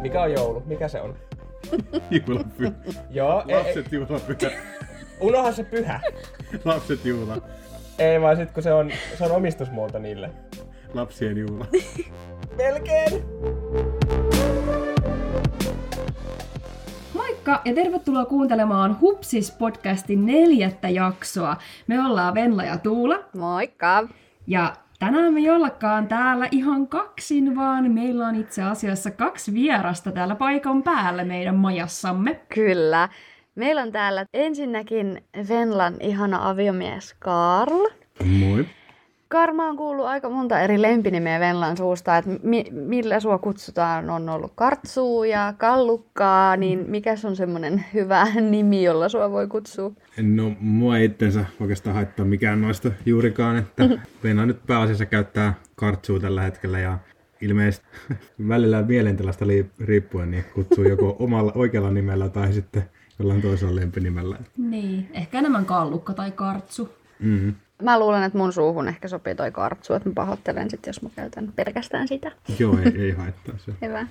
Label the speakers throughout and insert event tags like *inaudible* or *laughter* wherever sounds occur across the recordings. Speaker 1: Mikä on joulu? Mikä se on?
Speaker 2: Juhlapyhä.
Speaker 1: Joo, ei, ei,
Speaker 2: Lapset juhlapyhä.
Speaker 1: unohan se pyhä.
Speaker 2: Lapset juhla.
Speaker 1: Ei vaan sit kun se on, se on omistusmuoto niille.
Speaker 2: Lapsien juhla.
Speaker 1: Melkein!
Speaker 3: Moikka ja tervetuloa kuuntelemaan Hupsis-podcastin neljättä jaksoa. Me ollaan Venla ja Tuula
Speaker 4: Moikka!
Speaker 3: ja tänään me ei ollakaan täällä ihan kaksin, vaan meillä on itse asiassa kaksi vierasta täällä paikan päällä meidän majassamme.
Speaker 4: Kyllä. Meillä on täällä ensinnäkin Venlan ihana aviomies Karl.
Speaker 2: Moi.
Speaker 4: Karma on kuullut aika monta eri lempinimeä Venlan suusta, että mi- millä sua kutsutaan on ollut kartsuu ja kallukkaa, niin mikä on semmoinen hyvä nimi, jolla sua voi kutsua?
Speaker 2: No, mua ei itsensä oikeastaan haittaa mikään noista juurikaan, että Venla nyt pääasiassa käyttää kartsua tällä hetkellä ja ilmeisesti välillä mielentilasta li- riippuen niin kutsuu joko omalla oikealla nimellä tai sitten jollain toisella lempinimellä.
Speaker 3: Niin, ehkä enemmän kallukka tai kartsu.
Speaker 2: Mm.
Speaker 4: Mä luulen, että mun suuhun ehkä sopii toi kartsu, että mä pahoittelen sit, jos mä käytän pelkästään sitä.
Speaker 2: Joo, ei, ei haittaa se.
Speaker 4: Hyvä.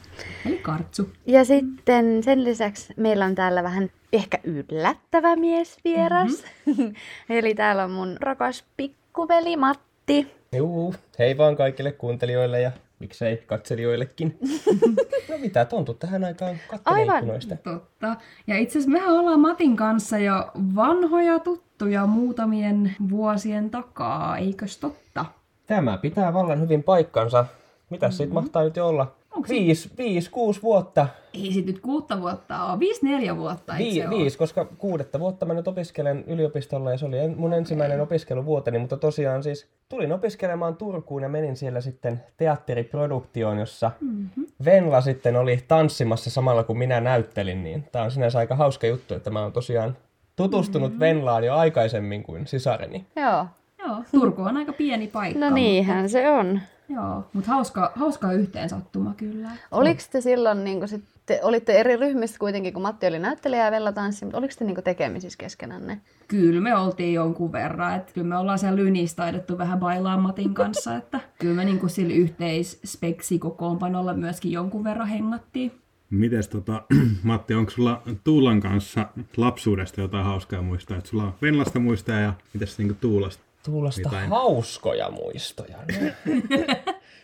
Speaker 3: Eli kartsu.
Speaker 4: Ja sitten sen lisäksi meillä on täällä vähän ehkä yllättävä mies vieras. Mm-hmm. *laughs* Eli täällä on mun rakas pikkuveli Matti.
Speaker 1: Juu, hei vaan kaikille kuuntelijoille ja miksei katselijoillekin. no mitä, tontut tähän aikaan
Speaker 4: Aivan.
Speaker 1: kattelikkunoista.
Speaker 3: Totta. Ja itse asiassa mehän ollaan Matin kanssa jo vanhoja tuttuja muutamien vuosien takaa, eikös totta?
Speaker 1: Tämä pitää vallan hyvin paikkansa. Mitä mm-hmm. siitä mahtaa nyt jo olla?
Speaker 3: Onks se-
Speaker 1: Viis, viis, kuusi vuotta.
Speaker 3: Ei sit nyt kuutta vuotta ole, viisi neljä vuotta eikö se
Speaker 1: Vi,
Speaker 3: oo?
Speaker 1: viis, koska kuudetta vuotta mä nyt opiskelen yliopistolla ja se oli en, mun ensimmäinen opiskeluvuoteni, mutta tosiaan siis tulin opiskelemaan Turkuun ja menin siellä sitten teatteriproduktioon, jossa mm-hmm. Venla sitten oli tanssimassa samalla kun minä näyttelin, niin tää on sinänsä aika hauska juttu, että mä oon tosiaan tutustunut mm-hmm. Venlaan jo aikaisemmin kuin sisareni.
Speaker 4: Joo.
Speaker 3: Joo, Turku on aika pieni paikka.
Speaker 4: No niinhän se on.
Speaker 3: Mutta, joo, mutta hauska, hauska yhteensattuma kyllä.
Speaker 4: Oliko te silloin, niin sit, te olitte eri ryhmissä kuitenkin, kun Matti oli näyttelijä ja Vella tanssi, mutta oliko te niin tekemisissä keskenänne?
Speaker 3: Kyllä me oltiin jonkun verran, että kyllä me ollaan siellä lynissä taidettu vähän bailaa Matin kanssa, että kyllä me niinku sillä yhteisspeksikokoonpanolla myöskin jonkun verran hengattiin.
Speaker 2: Mites tota, *clears throat* Matti, onko sulla Tuulan kanssa lapsuudesta jotain hauskaa muistaa? Et sulla on Venlasta muistaa ja mitäs niinku Tuulasta?
Speaker 1: Tuulasta
Speaker 2: Jotain.
Speaker 1: hauskoja muistoja. No.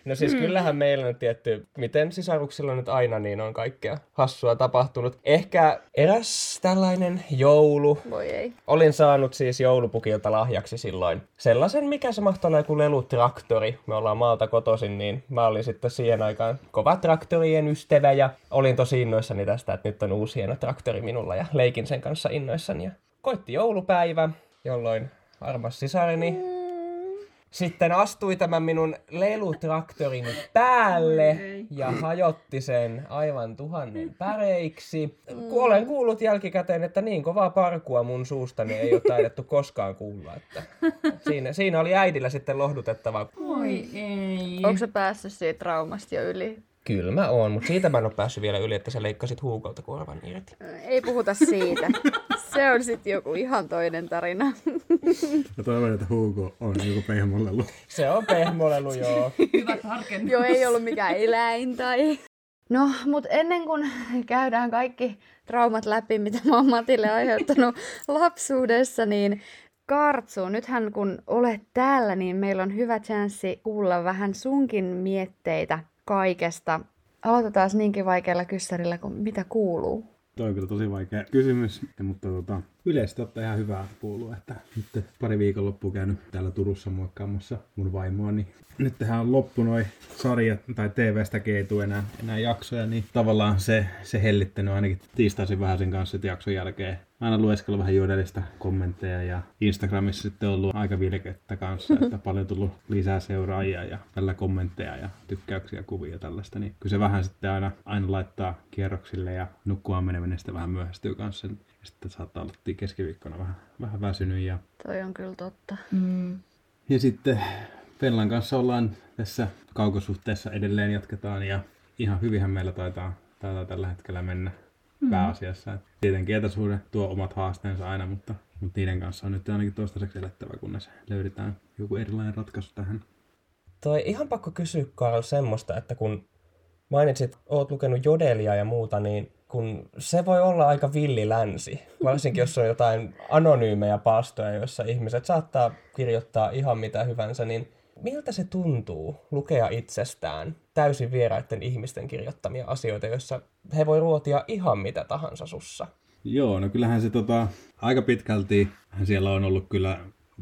Speaker 1: No siis kyllähän meillä nyt tietty, miten sisaruksilla nyt aina, niin on kaikkea hassua tapahtunut. Ehkä eräs tällainen joulu.
Speaker 4: Voi ei.
Speaker 1: Olin saanut siis joulupukilta lahjaksi silloin sellaisen, mikä se mahtoi olla joku lelutraktori. Me ollaan maalta kotoisin, niin mä olin sitten siihen aikaan kova traktorien ystävä ja olin tosi innoissani tästä, että nyt on uusi hieno traktori minulla ja leikin sen kanssa innoissani. Ja koitti joulupäivä, jolloin armas sisareni sitten astui tämän minun lelutraktorin päälle ja hajotti sen aivan tuhannen päreiksi. Kun olen kuullut jälkikäteen, että niin kovaa parkua mun suustani ei ole taidettu koskaan kuulla. Että siinä, siinä oli äidillä sitten lohdutettavaa.
Speaker 3: Voi ei.
Speaker 4: Onko se päässyt siitä traumasta jo yli?
Speaker 1: Kyllä mä oon, mutta siitä mä en ole päässyt vielä yli, että sä leikkasit huukolta korvan irti.
Speaker 4: Ei puhuta siitä. *laughs* Se on sitten joku ihan toinen tarina.
Speaker 2: Mä toivon, että Hugo on joku pehmollelu.
Speaker 1: Se on pehmolelu, joo.
Speaker 3: Hyvä tarkennus.
Speaker 4: Joo, ei ollut mikään eläin tai... No, mutta ennen kuin käydään kaikki traumat läpi, mitä mä oon Matille aiheuttanut lapsuudessa, niin Kartsu, nythän kun olet täällä, niin meillä on hyvä chanssi kuulla vähän sunkin mietteitä kaikesta. Aloitetaan niinkin vaikealla kyssärillä kuin mitä kuuluu.
Speaker 2: Toi on kyllä tosi vaikea kysymys, mutta tota, yleisesti ottaa ihan hyvää kuuluu, että nyt pari viikonloppua käynyt täällä Turussa muokkaamassa mun vaimoa, niin nyt tähän on loppu noi sarjat, tai TV-stä keetu enää, enää jaksoja, niin tavallaan se, se hellittänyt ainakin tiistaisin vähän sen kanssa sit jakson jälkeen. Aina lueskella vähän juodellista kommentteja ja Instagramissa sitten on ollut aika vilkettä kanssa, että paljon tullut lisää seuraajia ja tällä kommentteja ja tykkäyksiä, kuvia ja tällaista, niin kyllä se vähän sitten aina, aina laittaa kierroksille ja nukkua meneminen sitten vähän myöhästyy kanssa. Ja sitten saattaa olla keskiviikkona vähän, vähän väsynyt ja
Speaker 4: Toi on kyllä totta.
Speaker 3: Mm.
Speaker 2: ja sitten Pellan kanssa ollaan tässä kaukosuhteessa edelleen jatketaan ja ihan hyvinhän meillä taitaa, taitaa tällä hetkellä mennä mm. pääasiassa. Et tietenkin etäsuhde tuo omat haasteensa aina, mutta, mutta niiden kanssa on nyt ainakin toistaiseksi elettävä, kunnes löydetään joku erilainen ratkaisu tähän.
Speaker 1: Toi ihan pakko kysyä Karl semmoista, että kun mainitsit, että oot lukenut jodelia ja muuta, niin kun se voi olla aika villi länsi, varsinkin jos on jotain anonyymejä palstoja, joissa ihmiset saattaa kirjoittaa ihan mitä hyvänsä, niin miltä se tuntuu lukea itsestään täysin vieraiden ihmisten kirjoittamia asioita, joissa he voi ruotia ihan mitä tahansa sussa?
Speaker 2: Joo, no kyllähän se tota, aika pitkälti siellä on ollut kyllä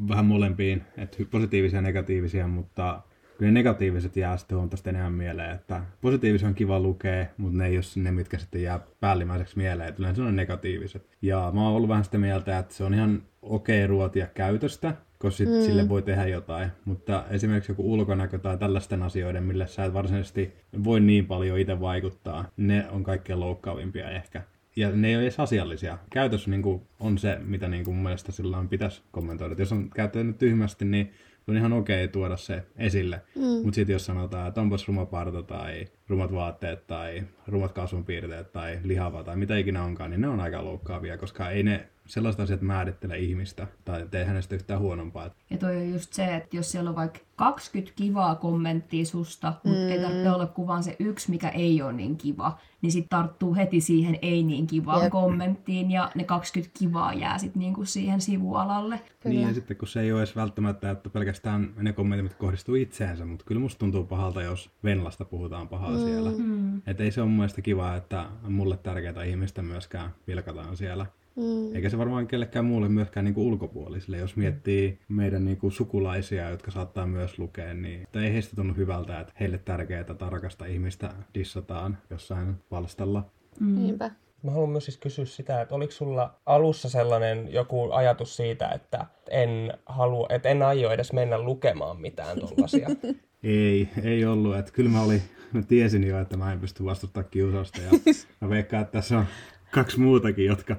Speaker 2: vähän molempiin, että positiivisia ja negatiivisia, mutta kyllä ne negatiiviset jää sitten huomattavasti enemmän mieleen, että positiivisia on kiva lukea, mutta ne ei ole ne, mitkä sitten jää päällimmäiseksi mieleen, että yleensä ne on negatiiviset. Ja mä oon ollut vähän sitä mieltä, että se on ihan okei okay ruotia käytöstä, koska sit mm. sille voi tehdä jotain. Mutta esimerkiksi joku ulkonäkö tai tällaisten asioiden, millä sä et varsinaisesti voi niin paljon itse vaikuttaa, ne on kaikkein loukkaavimpia ehkä ja ne ei ole edes asiallisia. Käytös niin kuin, on se, mitä niin kuin, mun mielestä silloin pitäisi kommentoida. Et jos on käyttänyt tyhmästi, niin on ihan okei tuoda se esille. Mm. Mutta sitten jos sanotaan, että onpas ruma parta tai rumat vaatteet tai rumat kasvonpiirteet tai lihava tai mitä ikinä onkaan, niin ne on aika loukkaavia, koska ei ne sellaiset asiat määrittele ihmistä tai tee hänestä yhtään huonompaa.
Speaker 3: Ja toi on just se, että jos siellä on vaikka 20 kivaa kommenttia susta, mutta mm. ei tarvitse olla kuvaan se yksi, mikä ei ole niin kiva, niin sitten tarttuu heti siihen ei niin kivaan
Speaker 4: Jep.
Speaker 3: Jep. kommenttiin ja ne 20 kivaa jää sitten niinku siihen sivualalle.
Speaker 4: Kyllä.
Speaker 2: Niin ja sitten kun se ei ole edes välttämättä, että pelkästään ne kommentit, mitkä kohdistuu itseensä, mutta kyllä musta tuntuu pahalta, jos Venlasta puhutaan pahaa mm. siellä.
Speaker 3: Mm.
Speaker 2: Että ei se ole mun mielestä kivaa, että mulle tärkeitä ihmistä myöskään vilkataan siellä.
Speaker 4: Mm.
Speaker 2: Eikä se varmaan kellekään muulle myöskään niin kuin ulkopuolisille. Jos miettii meidän niin kuin sukulaisia, jotka saattaa myös lukea, niin että ei heistä tunnu hyvältä, että heille tärkeää tarkasta ihmistä dissataan jossain palstalla.
Speaker 3: Mm.
Speaker 4: Niinpä.
Speaker 1: Mä haluan myös siis kysyä sitä, että oliko sulla alussa sellainen joku ajatus siitä, että en, halua, että en aio edes mennä lukemaan mitään tuollaisia?
Speaker 2: Ei, ei ollut. Että kyllä mä, olin, mä tiesin jo, että mä en pysty vastustaa kiusausta. *laughs* Ja mä veikkaan, että tässä on kaksi muutakin, jotka...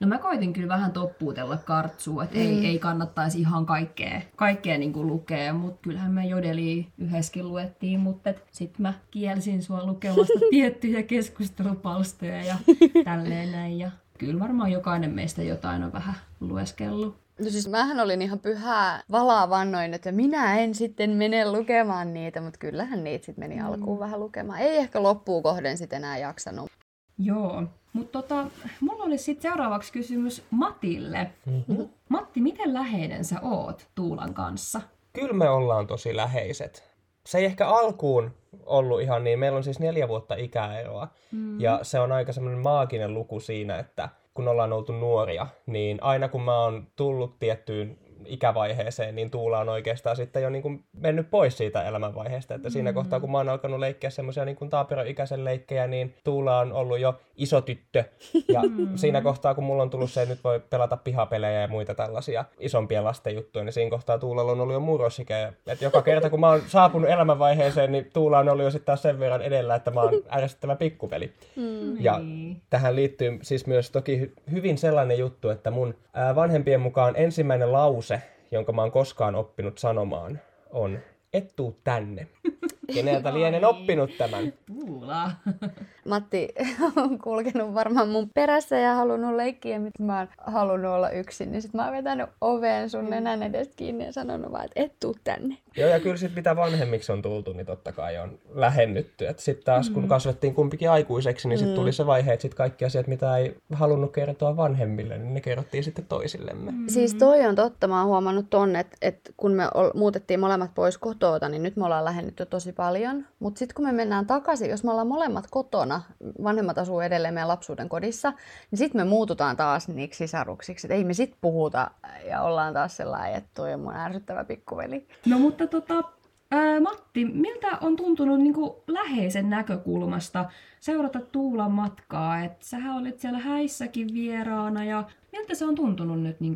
Speaker 3: No mä koitin kyllä vähän toppuutella kartsua, että ei, ei kannattaisi ihan kaikkea, kaikkea niin kuin lukea, mutta kyllähän mä jodeli yhdessäkin luettiin, mutta sitten mä kielsin sua lukemasta tiettyjä keskustelupalstoja ja tälleen näin. Ja kyllä varmaan jokainen meistä jotain on vähän lueskellut.
Speaker 4: No siis mähän olin ihan pyhää valaa vannoin, että minä en sitten mene lukemaan niitä, mutta kyllähän niitä sitten meni alkuun vähän lukemaan. Ei ehkä loppuun kohden sitten enää jaksanut.
Speaker 3: Joo, mutta tota, mulla olisi sitten seuraavaksi kysymys Matille. Mm-hmm. Matti, miten läheinen sä oot Tuulan kanssa?
Speaker 1: Kyllä me ollaan tosi läheiset. Se ei ehkä alkuun ollut ihan niin. Meillä on siis neljä vuotta ikäeroa. Mm. Ja se on aika semmoinen maaginen luku siinä, että kun ollaan oltu nuoria, niin aina kun mä oon tullut tiettyyn ikävaiheeseen, niin Tuula on oikeastaan sitten jo niin kuin mennyt pois siitä elämänvaiheesta. Että siinä kohtaa, kun mä oon alkanut leikkiä semmoisia niin kuin taaperoikäisen leikkejä, niin Tuula on ollut jo iso tyttö. Ja siinä kohtaa, kun mulla on tullut se, että nyt voi pelata pihapelejä ja muita tällaisia isompia lasten juttuja, niin siinä kohtaa Tuulalla on ollut jo murrosikä. Ja- Et joka kerta, kun mä oon saapunut elämänvaiheeseen, niin Tuula on ollut jo sitten taas sen verran edellä, että mä oon ärsyttävä pikkuveli. Ja
Speaker 3: Niin.
Speaker 1: tähän liittyy siis myös toki hy- hyvin sellainen juttu, että mun ää, vanhempien mukaan ensimmäinen lause, jonka mä oon koskaan oppinut sanomaan, on et tuu tänne. Keneltä lienen oppinut tämän?
Speaker 3: Tuula.
Speaker 4: Matti *laughs* on kulkenut varmaan mun perässä ja halunnut leikkiä, mitä mä oon halunnut olla yksin. Niin sit mä oon vetänyt oveen sun nenän edestä kiinni ja sanonut vaan, että et tuu tänne.
Speaker 1: Joo, ja kyllä sit mitä vanhemmiksi on tultu, niin totta kai on lähennytty. Sitten taas kun kasvettiin kumpikin aikuiseksi, niin sitten tuli se vaihe, että sit kaikki asiat, mitä ei halunnut kertoa vanhemmille, niin ne kerrottiin sitten toisillemme.
Speaker 4: Siis toi on totta, mä oon huomannut ton, että et kun me ol, muutettiin molemmat pois kotoota, niin nyt me ollaan lähennytty tosi paljon. Mutta sitten kun me mennään takaisin, jos me ollaan molemmat kotona, vanhemmat asuu edelleen meidän lapsuuden kodissa, niin sitten me muututaan taas niiksi sisaruksiksi. Et ei me sit puhuta ja ollaan taas sellainen, että toi on mun ärsyttävä pikkuveli.
Speaker 3: No mutta tota, ää, Matti, miltä on tuntunut niin läheisen näkökulmasta seurata Tuulan matkaa? Et sähän olit siellä häissäkin vieraana ja miltä se on tuntunut nyt niin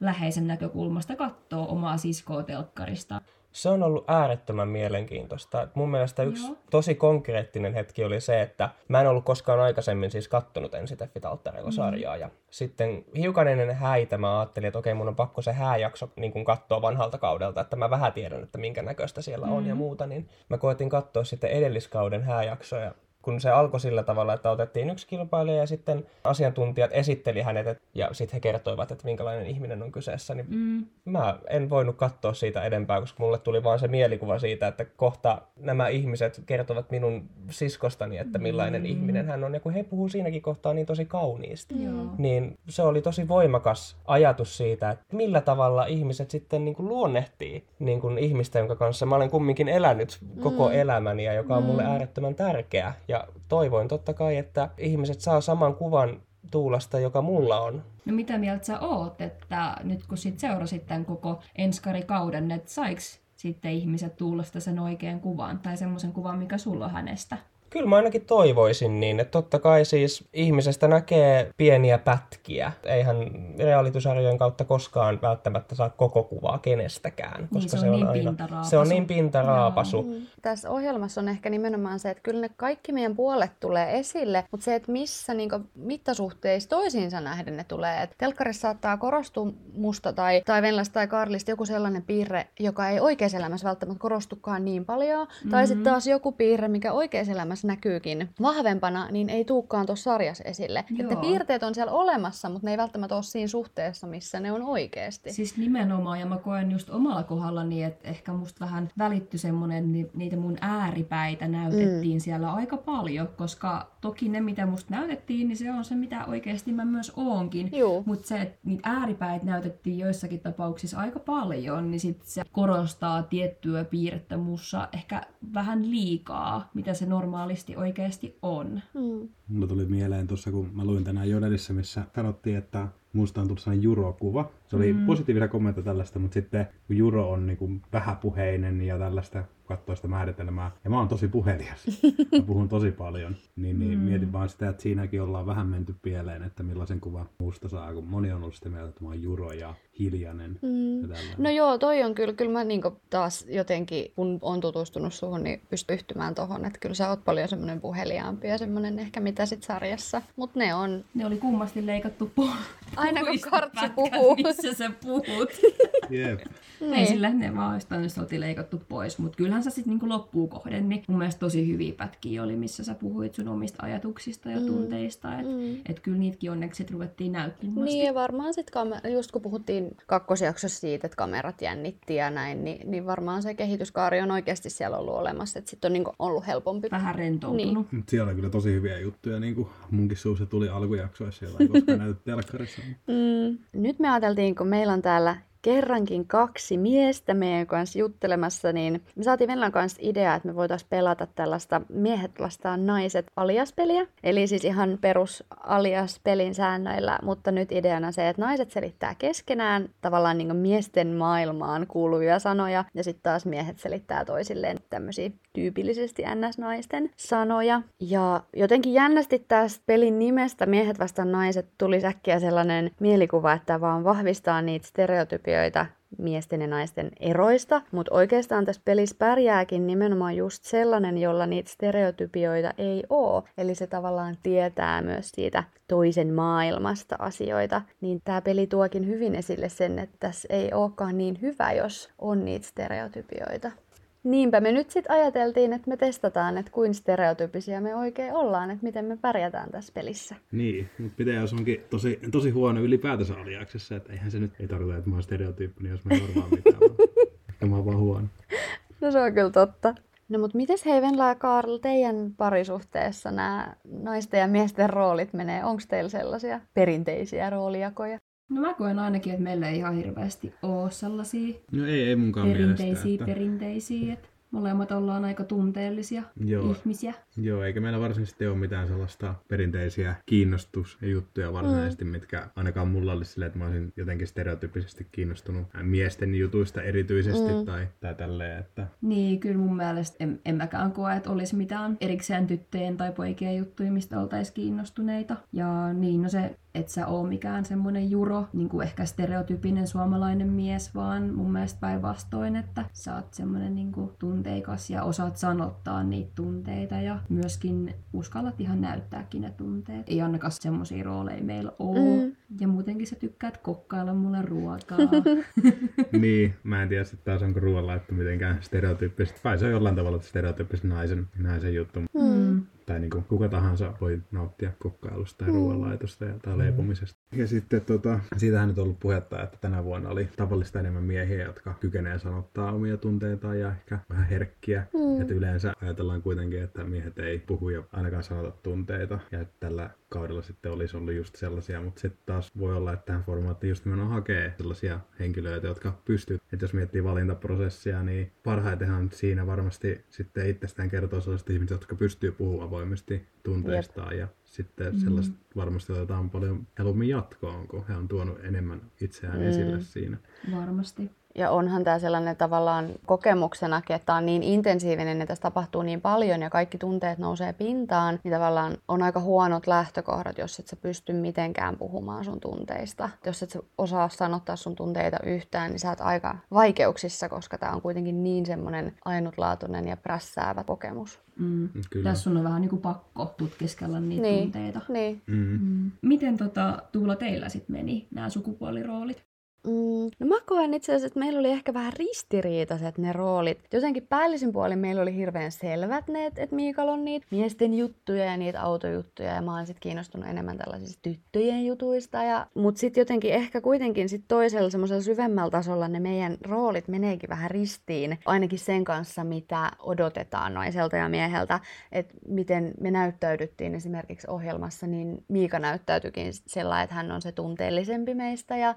Speaker 3: läheisen näkökulmasta katsoa omaa siskoa telkkarista?
Speaker 1: Se on ollut äärettömän mielenkiintoista. Et mun mielestä yksi
Speaker 3: Joo.
Speaker 1: tosi konkreettinen hetki oli se, että mä en ollut koskaan aikaisemmin siis kattonut Ensiteffit alttarilla sarjaa. Ja sitten hiukan ennen häitä mä ajattelin, että okei, mun on pakko se hääjakso niin kun katsoa vanhalta kaudelta, että mä vähän tiedän, että minkä näköistä siellä on ja muuta. Niin mä koetin katsoa sitten edelliskauden hääjaksoja. kun se alkoi sillä tavalla, että otettiin yksi kilpailija ja sitten asiantuntijat esitteli hänet et- ja sitten he kertoivat, että minkälainen ihminen on kyseessä, niin
Speaker 3: Mm.
Speaker 1: mä en voinut katsoa siitä enempää, koska mulle tuli vaan se mielikuva siitä, että kohta nämä ihmiset kertovat minun siskostani, että millainen ihminen hän on. Ja kun he puhuu siinäkin kohtaa niin tosi kauniisti,
Speaker 3: Mm. Joo.
Speaker 1: niin se oli tosi voimakas ajatus siitä, että millä tavalla ihmiset sitten niin kuin luonnehtii niin kuin ihmistä, jonka kanssa mä olen kumminkin elänyt koko mm. elämäni ja joka on mulle äärettömän tärkeä. Ja toivoin totta kai, että ihmiset saa saman kuvan Tuulasta, joka mulla on.
Speaker 3: No mitä mieltä sä oot, että nyt kun sit seurasit tämän koko enskarikauden, että saiks sitten ihmiset tuulosta sen oikean kuvan tai semmoisen kuvan, mikä sulla on hänestä?
Speaker 1: Kyllä mä ainakin toivoisin niin, että totta kai siis ihmisestä näkee pieniä pätkiä. Eihän reaalitysarjojen kautta koskaan välttämättä saa koko kuvaa kenestäkään, koska
Speaker 3: se on
Speaker 1: se on,
Speaker 3: niin
Speaker 1: aina,
Speaker 3: pintaraapasu.
Speaker 1: se on niin pintaraapasu.
Speaker 4: Mm. Tässä ohjelmassa on ehkä nimenomaan se, että kyllä ne kaikki meidän puolet tulee esille, mutta se, että missä niin mittasuhteissa toisiinsa nähden ne tulee. Et telkkarissa saattaa korostua musta tai, tai venäläistä tai karlista joku sellainen piirre, joka ei oikeassa elämässä välttämättä korostukaan niin paljon. Mm-hmm. Tai sitten taas joku piirre, mikä oikeassa elämässä näkyykin vahvempana, niin ei tulekaan tuossa sarjassa esille. Että
Speaker 3: Joo.
Speaker 4: ne piirteet on siellä olemassa, mutta ne ei välttämättä ole siinä suhteessa, missä ne on oikeasti.
Speaker 3: Siis nimenomaan, ja mä koen just omalla kohdalla niin, että ehkä musta vähän välittyi semmoinen, ni- niitä mun ääripäitä näytettiin mm. siellä aika paljon, koska toki ne, mitä musta näytettiin, niin se on se, mitä oikeasti mä myös oonkin.
Speaker 4: Juu.
Speaker 3: Mutta se, että niitä ääripäitä näytettiin joissakin tapauksissa aika paljon, niin sit se korostaa tiettyä piirrettä mussa ehkä vähän liikaa, mitä se normaalisti oikeasti on.
Speaker 4: Mm.
Speaker 2: Mulla tuli mieleen tuossa, kun mä luin tänään Jodelissa, missä sanottiin, että musta on tullut sellainen jurokuva. Se oli mm. positiivinen kommentti tällaista, mutta sitten kun juro on niin kuin vähäpuheinen ja tällaista, kun katsoo sitä määritelmää, ja mä oon tosi puhelias, mä puhun tosi paljon, niin, niin mm. mietin vaan sitä, että siinäkin ollaan vähän menty pieleen, että millaisen kuvan musta saa, kun moni on ollut sitä mieltä, että mä oon juro ja hiljainen mm. ja tällainen.
Speaker 4: No joo, toi on kyllä, kyllä mä niinku taas jotenkin, kun on tutustunut suhun, niin pystyn yhtymään tohon, että kyllä sä oot paljon semmoinen puheliaampi ja semmoinen ehkä mitä sit sarjassa, mut ne on.
Speaker 3: Ne oli kummasti leikattu pois.
Speaker 4: Aina kun
Speaker 3: muista
Speaker 4: Kartsi
Speaker 3: pätkät,
Speaker 4: puhuu.
Speaker 3: Missä sä puhut.
Speaker 2: Jep.
Speaker 4: niin.
Speaker 3: Ei Niin. sillä ne vaan olisi tainnut, se oltiin leikattu pois, mutta kyllähän sä sitten niinku loppuun kohden, niin mun mielestä tosi hyviä pätkiä oli, missä sä puhuit sun omista ajatuksista ja mm. tunteista, että mm. et kyllä niitäkin onneksi sit ruvettiin näyttämään.
Speaker 4: Niin ja varmaan sit, kamer- just kun puhuttiin kakkosjaksossa siitä, että kamerat jännitti ja näin, niin, niin varmaan se kehityskaari on oikeasti siellä ollut olemassa, että sit on niinku ollut helpompi.
Speaker 3: Vähän rentoutunut.
Speaker 2: *laughs*
Speaker 3: Niin.
Speaker 2: Mut siellä on kyllä tosi hyviä juttuja, niin kuin munkin suussa tuli alkujaksoissa, joilla ei koskaan *laughs* näytetty telkkarissa.
Speaker 4: Mm. Nyt me ajateltiin, kun meillä on täällä kerrankin kaksi miestä meidän kanssa juttelemassa, niin me saatiin Venlan kanssa idea, että me voitaisiin pelata tällaista miehet vastaan naiset aliaspeliä. Eli siis ihan perus aliaspelin säännöillä, mutta nyt ideana se, että naiset selittää keskenään tavallaan niin miesten maailmaan kuuluvia sanoja ja sitten taas miehet selittää toisilleen tämmöisiä tyypillisesti NS-naisten sanoja. Ja jotenkin jännästi tästä pelin nimestä Miehet vastaan naiset tuli äkkiä sellainen mielikuva, että vaan vahvistaa niitä stereotypioita miesten ja naisten eroista, mutta oikeastaan tässä pelissä pärjääkin nimenomaan just sellainen, jolla niitä stereotypioita ei oo. Eli se tavallaan tietää myös siitä toisen maailmasta asioita. Niin tämä peli tuokin hyvin esille sen, että tässä ei olekaan niin hyvä, jos on niitä stereotypioita. Niinpä me nyt sitten ajateltiin, että me testataan, että kuin stereotypisiä me oikein ollaan, että miten me pärjätään tässä pelissä.
Speaker 2: Niin, mutta pitää jos onkin tosi, tosi huono ylipäätänsä aliaksessa, että eihän se nyt ei tarkoita, että mä oon stereotyyppinen, jos mä en varmaan *laughs* mitään. vaan- Ehkä mä oon vaan huono.
Speaker 4: No se on kyllä totta. No mutta mites hei Venla ja Karl, teidän parisuhteessa nämä naisten ja miesten roolit menee? Onko teillä sellaisia perinteisiä roolijakoja?
Speaker 3: No mä koen ainakin, että meillä ei ihan hirveästi ole sellaisia
Speaker 2: No ei, ei munkaan mielestä.
Speaker 3: perinteisiä
Speaker 2: Että...
Speaker 3: perinteisiä, että molemmat ollaan aika tunteellisia
Speaker 2: Joo.
Speaker 3: ihmisiä.
Speaker 2: Joo, eikä meillä varsinaisesti ole mitään sellaista perinteisiä kiinnostusjuttuja varsinaisesti, mm. mitkä ainakaan mulla olisi silleen, että mä olisin jotenkin stereotyyppisesti kiinnostunut miesten jutuista erityisesti mm. tai, tai tälleen, että
Speaker 3: Niin, kyllä mun mielestä en, en mäkään koe, että olisi mitään erikseen tyttöjen tai poikien juttuja, mistä oltaisiin kiinnostuneita. Ja niin, no se, et sä oo mikään semmonen juro, niin kuin ehkä stereotypinen suomalainen mies, vaan mun mielestä päinvastoin, että sä oot semmonen niin kuin tunteikas ja osaat sanottaa niitä tunteita ja myöskin uskallat ihan näyttääkin ne tunteet. Ei ainakaan semmosia rooleja meillä oo. Mm. Ja muutenkin sä tykkäät kokkailla mulle *laughs* ruokaa.
Speaker 2: niin, mä en tiedä sitten taas onko ruoalla, että mitenkään stereotyyppisesti, kai se on jollain tavalla stereotyyppisesti naisen, naisen juttu,
Speaker 3: mm.
Speaker 2: tai tai niin kuin kuka tahansa voi nauttia kokkailusta ja ruoanlaitosta ja, tai leipomisesta. Mm. Ja sitten tota, siitähän nyt on ollut puhetta, että tänä vuonna oli tavallista enemmän miehiä, jotka kykenevät sanottaa omia tunteitaan ja ehkä vähän herkkiä. Mm. Että yleensä ajatellaan kuitenkin, että miehet ei puhu ja ainakaan sanota tunteita ja että tällä kaudella sitten olisi ollut just sellaisia, mutta sitten taas voi olla, että tähän formaattiin just nimenomaan hakee sellaisia henkilöitä, jotka pystyvät. Että jos miettii valintaprosessia, niin parhaitenhan siinä varmasti sitten itsestään kertoo sellaiset ihmiset, jotka pystyy puhumaan avoimesti tunteistaan ja sitten sellaista varmasti otetaan paljon helpommin jatkoon, kun he on tuonut enemmän itseään mm. esille siinä.
Speaker 3: Varmasti.
Speaker 4: Ja onhan tämä sellainen tavallaan kokemuksenakin, että tämä on niin intensiivinen ja tässä tapahtuu niin paljon ja kaikki tunteet nousee pintaan, niin tavallaan on aika huonot lähtökohdat, jos et sä pysty mitenkään puhumaan sun tunteista. Et Jos et sä osaa sanottaa sun tunteita yhtään, niin sä oot aika vaikeuksissa, koska tämä on kuitenkin niin semmoinen ainutlaatuinen ja prässäävä kokemus.
Speaker 3: Mm.
Speaker 2: Kyllä.
Speaker 3: Tässä sun on vähän niin kuin pakko tutkiskella niitä
Speaker 4: Niin.
Speaker 3: tunteita.
Speaker 4: Niin.
Speaker 2: Mm.
Speaker 3: Mm. Miten tota, Tuula teillä sitten meni nämä sukupuoliroolit?
Speaker 4: Mm, no mä koen itse asiassa, että meillä oli ehkä vähän ristiriitaiset ne roolit. Jotenkin päällisin puolin meillä oli hirveän selvät ne, että et Miikalla on niitä miesten juttuja ja niitä autojuttuja. Ja mä oon sit kiinnostunut enemmän tällaisista tyttöjen jutuista. Ja... Mutta sitten jotenkin ehkä kuitenkin sit toisella semmoisella syvemmällä tasolla ne meidän roolit meneekin vähän ristiin. Ainakin sen kanssa, mitä odotetaan naiselta ja mieheltä. Että miten me näyttäydyttiin esimerkiksi ohjelmassa, niin Miika näyttäytyykin sellainen, että hän on se tunteellisempi meistä ja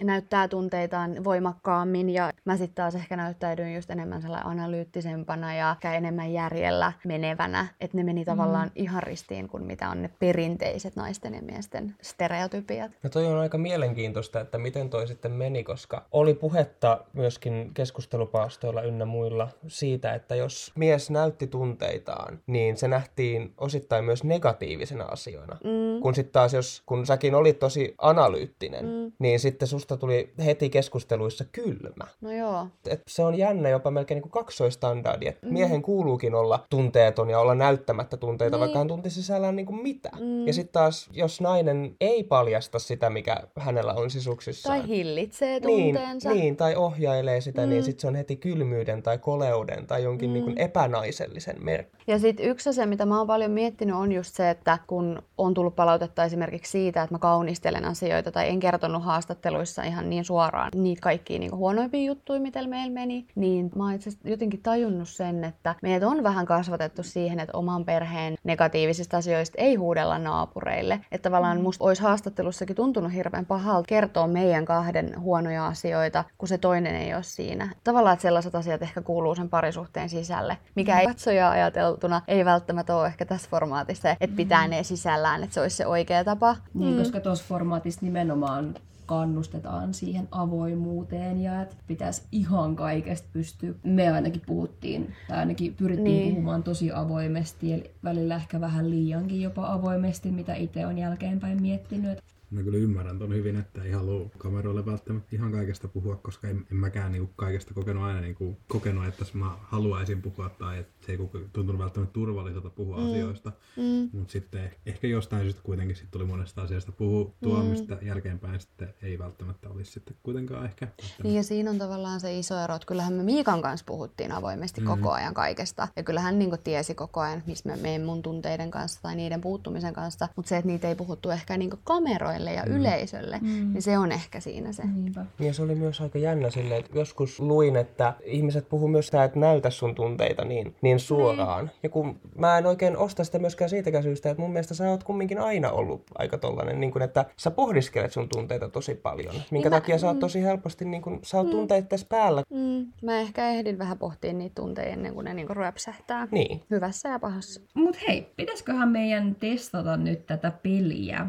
Speaker 4: ja näyttää tunteitaan voimakkaammin ja mä sitten taas ehkä näyttäydyin just enemmän sellainen analyyttisempana ja ehkä enemmän järjellä menevänä. Että ne meni tavallaan ihan ristiin kuin mitä on ne perinteiset naisten ja miesten stereotypiat.
Speaker 1: No toi on aika mielenkiintoista, että miten toi sitten meni, koska oli puhetta myöskin keskustelupaastoilla ynnä muilla siitä, että jos mies näytti tunteitaan, niin se nähtiin osittain myös negatiivisena asiana.
Speaker 4: Mm.
Speaker 1: Kun sitten taas, jos, kun säkin olit tosi analyyttinen,
Speaker 4: Mm.
Speaker 1: niin sitten susta tuli heti keskusteluissa kylmä.
Speaker 4: No joo.
Speaker 1: Et se on jännä jopa melkein niin kuin kaksoistandardi, että
Speaker 4: Mm.
Speaker 1: miehen kuuluukin olla tunteeton ja olla näyttämättä tunteita,
Speaker 4: Niin.
Speaker 1: vaikka hän tunti sisällään niin kuin mitä.
Speaker 4: Mm.
Speaker 1: Ja sitten taas, jos nainen ei paljasta sitä, mikä hänellä on sisuksissaan,
Speaker 4: Tai hillitsee
Speaker 1: niin,
Speaker 4: tunteensa.
Speaker 1: niin, tai ohjailee sitä,
Speaker 4: Mm.
Speaker 1: niin sitten se on heti kylmyyden tai koleuden tai jonkin
Speaker 4: Mm.
Speaker 1: niin kuin epänaisellisen merkki.
Speaker 4: Ja sitten yksi asia, mitä mä oon paljon miettinyt, on just se, että kun on tullut palautetta esimerkiksi siitä, että mä kaunistelen asioita tai en kertonut haastatteluissa ihan niin suoraan niitä kaikkia niin huonoimpia juttuja, mitä meillä meni, niin mä oon itse asiassa jotenkin tajunnut sen, että meidät on vähän kasvatettu siihen, että oman perheen negatiivisista asioista ei huudella naapureille. Että tavallaan musta olisi haastattelussakin tuntunut hirveän pahalta kertoa meidän kahden huonoja asioita, kun se toinen ei ole siinä. Tavallaan, että sellaiset asiat ehkä kuuluu sen parisuhteen sisälle, mikä ei katsojaa ajateltuna ei välttämättä ole ehkä tässä formaatissa, että pitää ne sisällään, että se olisi se oikea tapa.
Speaker 3: Niin, koska tuossa formaatissa nimenomaan kannustetaan siihen avoimuuteen ja että pitäisi ihan kaikesta pystyä. Me ainakin puhuttiin, tai ainakin pyrittiin
Speaker 4: Niin.
Speaker 3: niin. puhumaan tosi avoimesti, eli välillä ehkä vähän liiankin jopa avoimesti, mitä itse on jälkeenpäin miettinyt. että
Speaker 2: Mä kyllä ymmärrän ton hyvin, että ei halua kameroille välttämättä ihan kaikesta puhua, koska en, en mäkään niinku kaikesta kokenut aina niinku, kokenut, että mä haluaisin puhua tai että se ei kuka- tuntunut välttämättä turvalliselta puhua mm. asioista. Mm. Mutta sitten ehkä jostain syystä kuitenkin sit tuli monesta asiasta puhuttua, mm. mistä jälkeenpäin sitten ei välttämättä olisi sitten kuitenkaan ehkä.
Speaker 4: Niin ja siinä on tavallaan se iso ero, että kyllähän me Miikan kanssa puhuttiin avoimesti mm. koko ajan kaikesta. Ja kyllähän niin tiesi koko ajan, missä mä menen mun tunteiden kanssa tai niiden puuttumisen kanssa. Mutta se, että niitä ei puhuttu ehkä niin kameroille ja mm. yleisölle, mm. niin se on ehkä siinä se.
Speaker 3: Niinpä.
Speaker 1: Niin Ja se oli myös aika jännä silleen, että joskus luin, että ihmiset puhuu myös sitä, että näytä sun tunteita niin, niin suoraan. Ja kun mä en oikein osta sitä myöskään siitäkään syystä, että mun mielestä sä oot kumminkin aina ollut aika tollanen, niin kuin, että sä pohdiskelet sun tunteita tosi paljon. Minkä takia sä oot tosi helposti, niin kuin, sä oot tunteet tässä päällä.
Speaker 4: Mm. Mä ehkä ehdin vähän pohtia niitä tunteja ennen kuin ne niin ryöpsähtää.
Speaker 1: Niin.
Speaker 4: Hyvässä ja pahassa.
Speaker 3: Mut hei, pitäisiköhän meidän testata nyt tätä peliä?